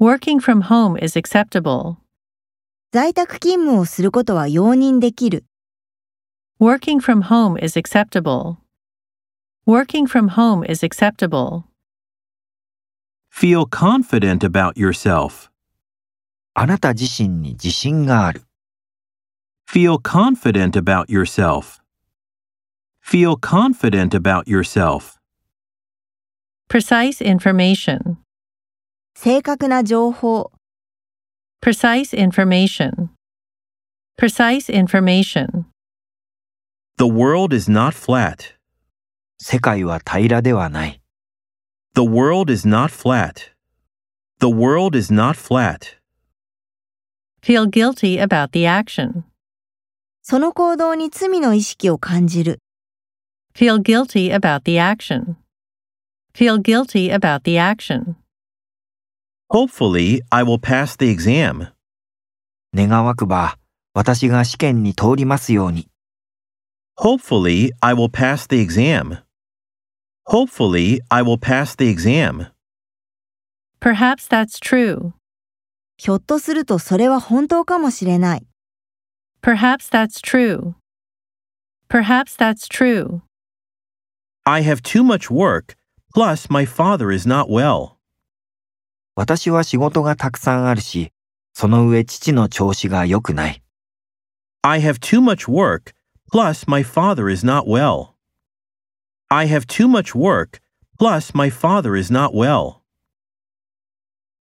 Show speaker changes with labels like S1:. S1: Working from home is acceptable.
S2: 在宅勤務をすることは容認できる。
S1: Working from home is acceptable. Working from home is acceptable.
S3: Feel confident about yourself.
S4: あなた自身に自信がある。
S3: Feel confident about yourself. Feel confident about yourself.
S1: Precise information.
S2: 正確な情報、
S1: Precise information. Precise information.
S3: The world is not flat.
S4: 世界は平らではない。
S3: The world is not flat. The world is not flat.
S1: Feel guilty about the action.
S2: その行動に罪の意識を感じる。
S1: Feel guilty about the action. Feel guilty about the action.
S3: Hopefully, I will pass the exam.
S4: 願わくば、私が試験に通りますように。
S3: Hopefully, I will pass the exam. Hopefully, I will pass the exam.
S1: Perhaps that's true.
S2: ひょっとするとそれは本当かもしれない。
S1: Perhaps that's true. Perhaps that's true.
S3: I have too much work, plus, my father is not well.
S4: 私は仕事がたくさんあるし、その上父の調子が良くない。
S3: I have too much work, plus, my father is not well. I have too much work, plus, my father is not well.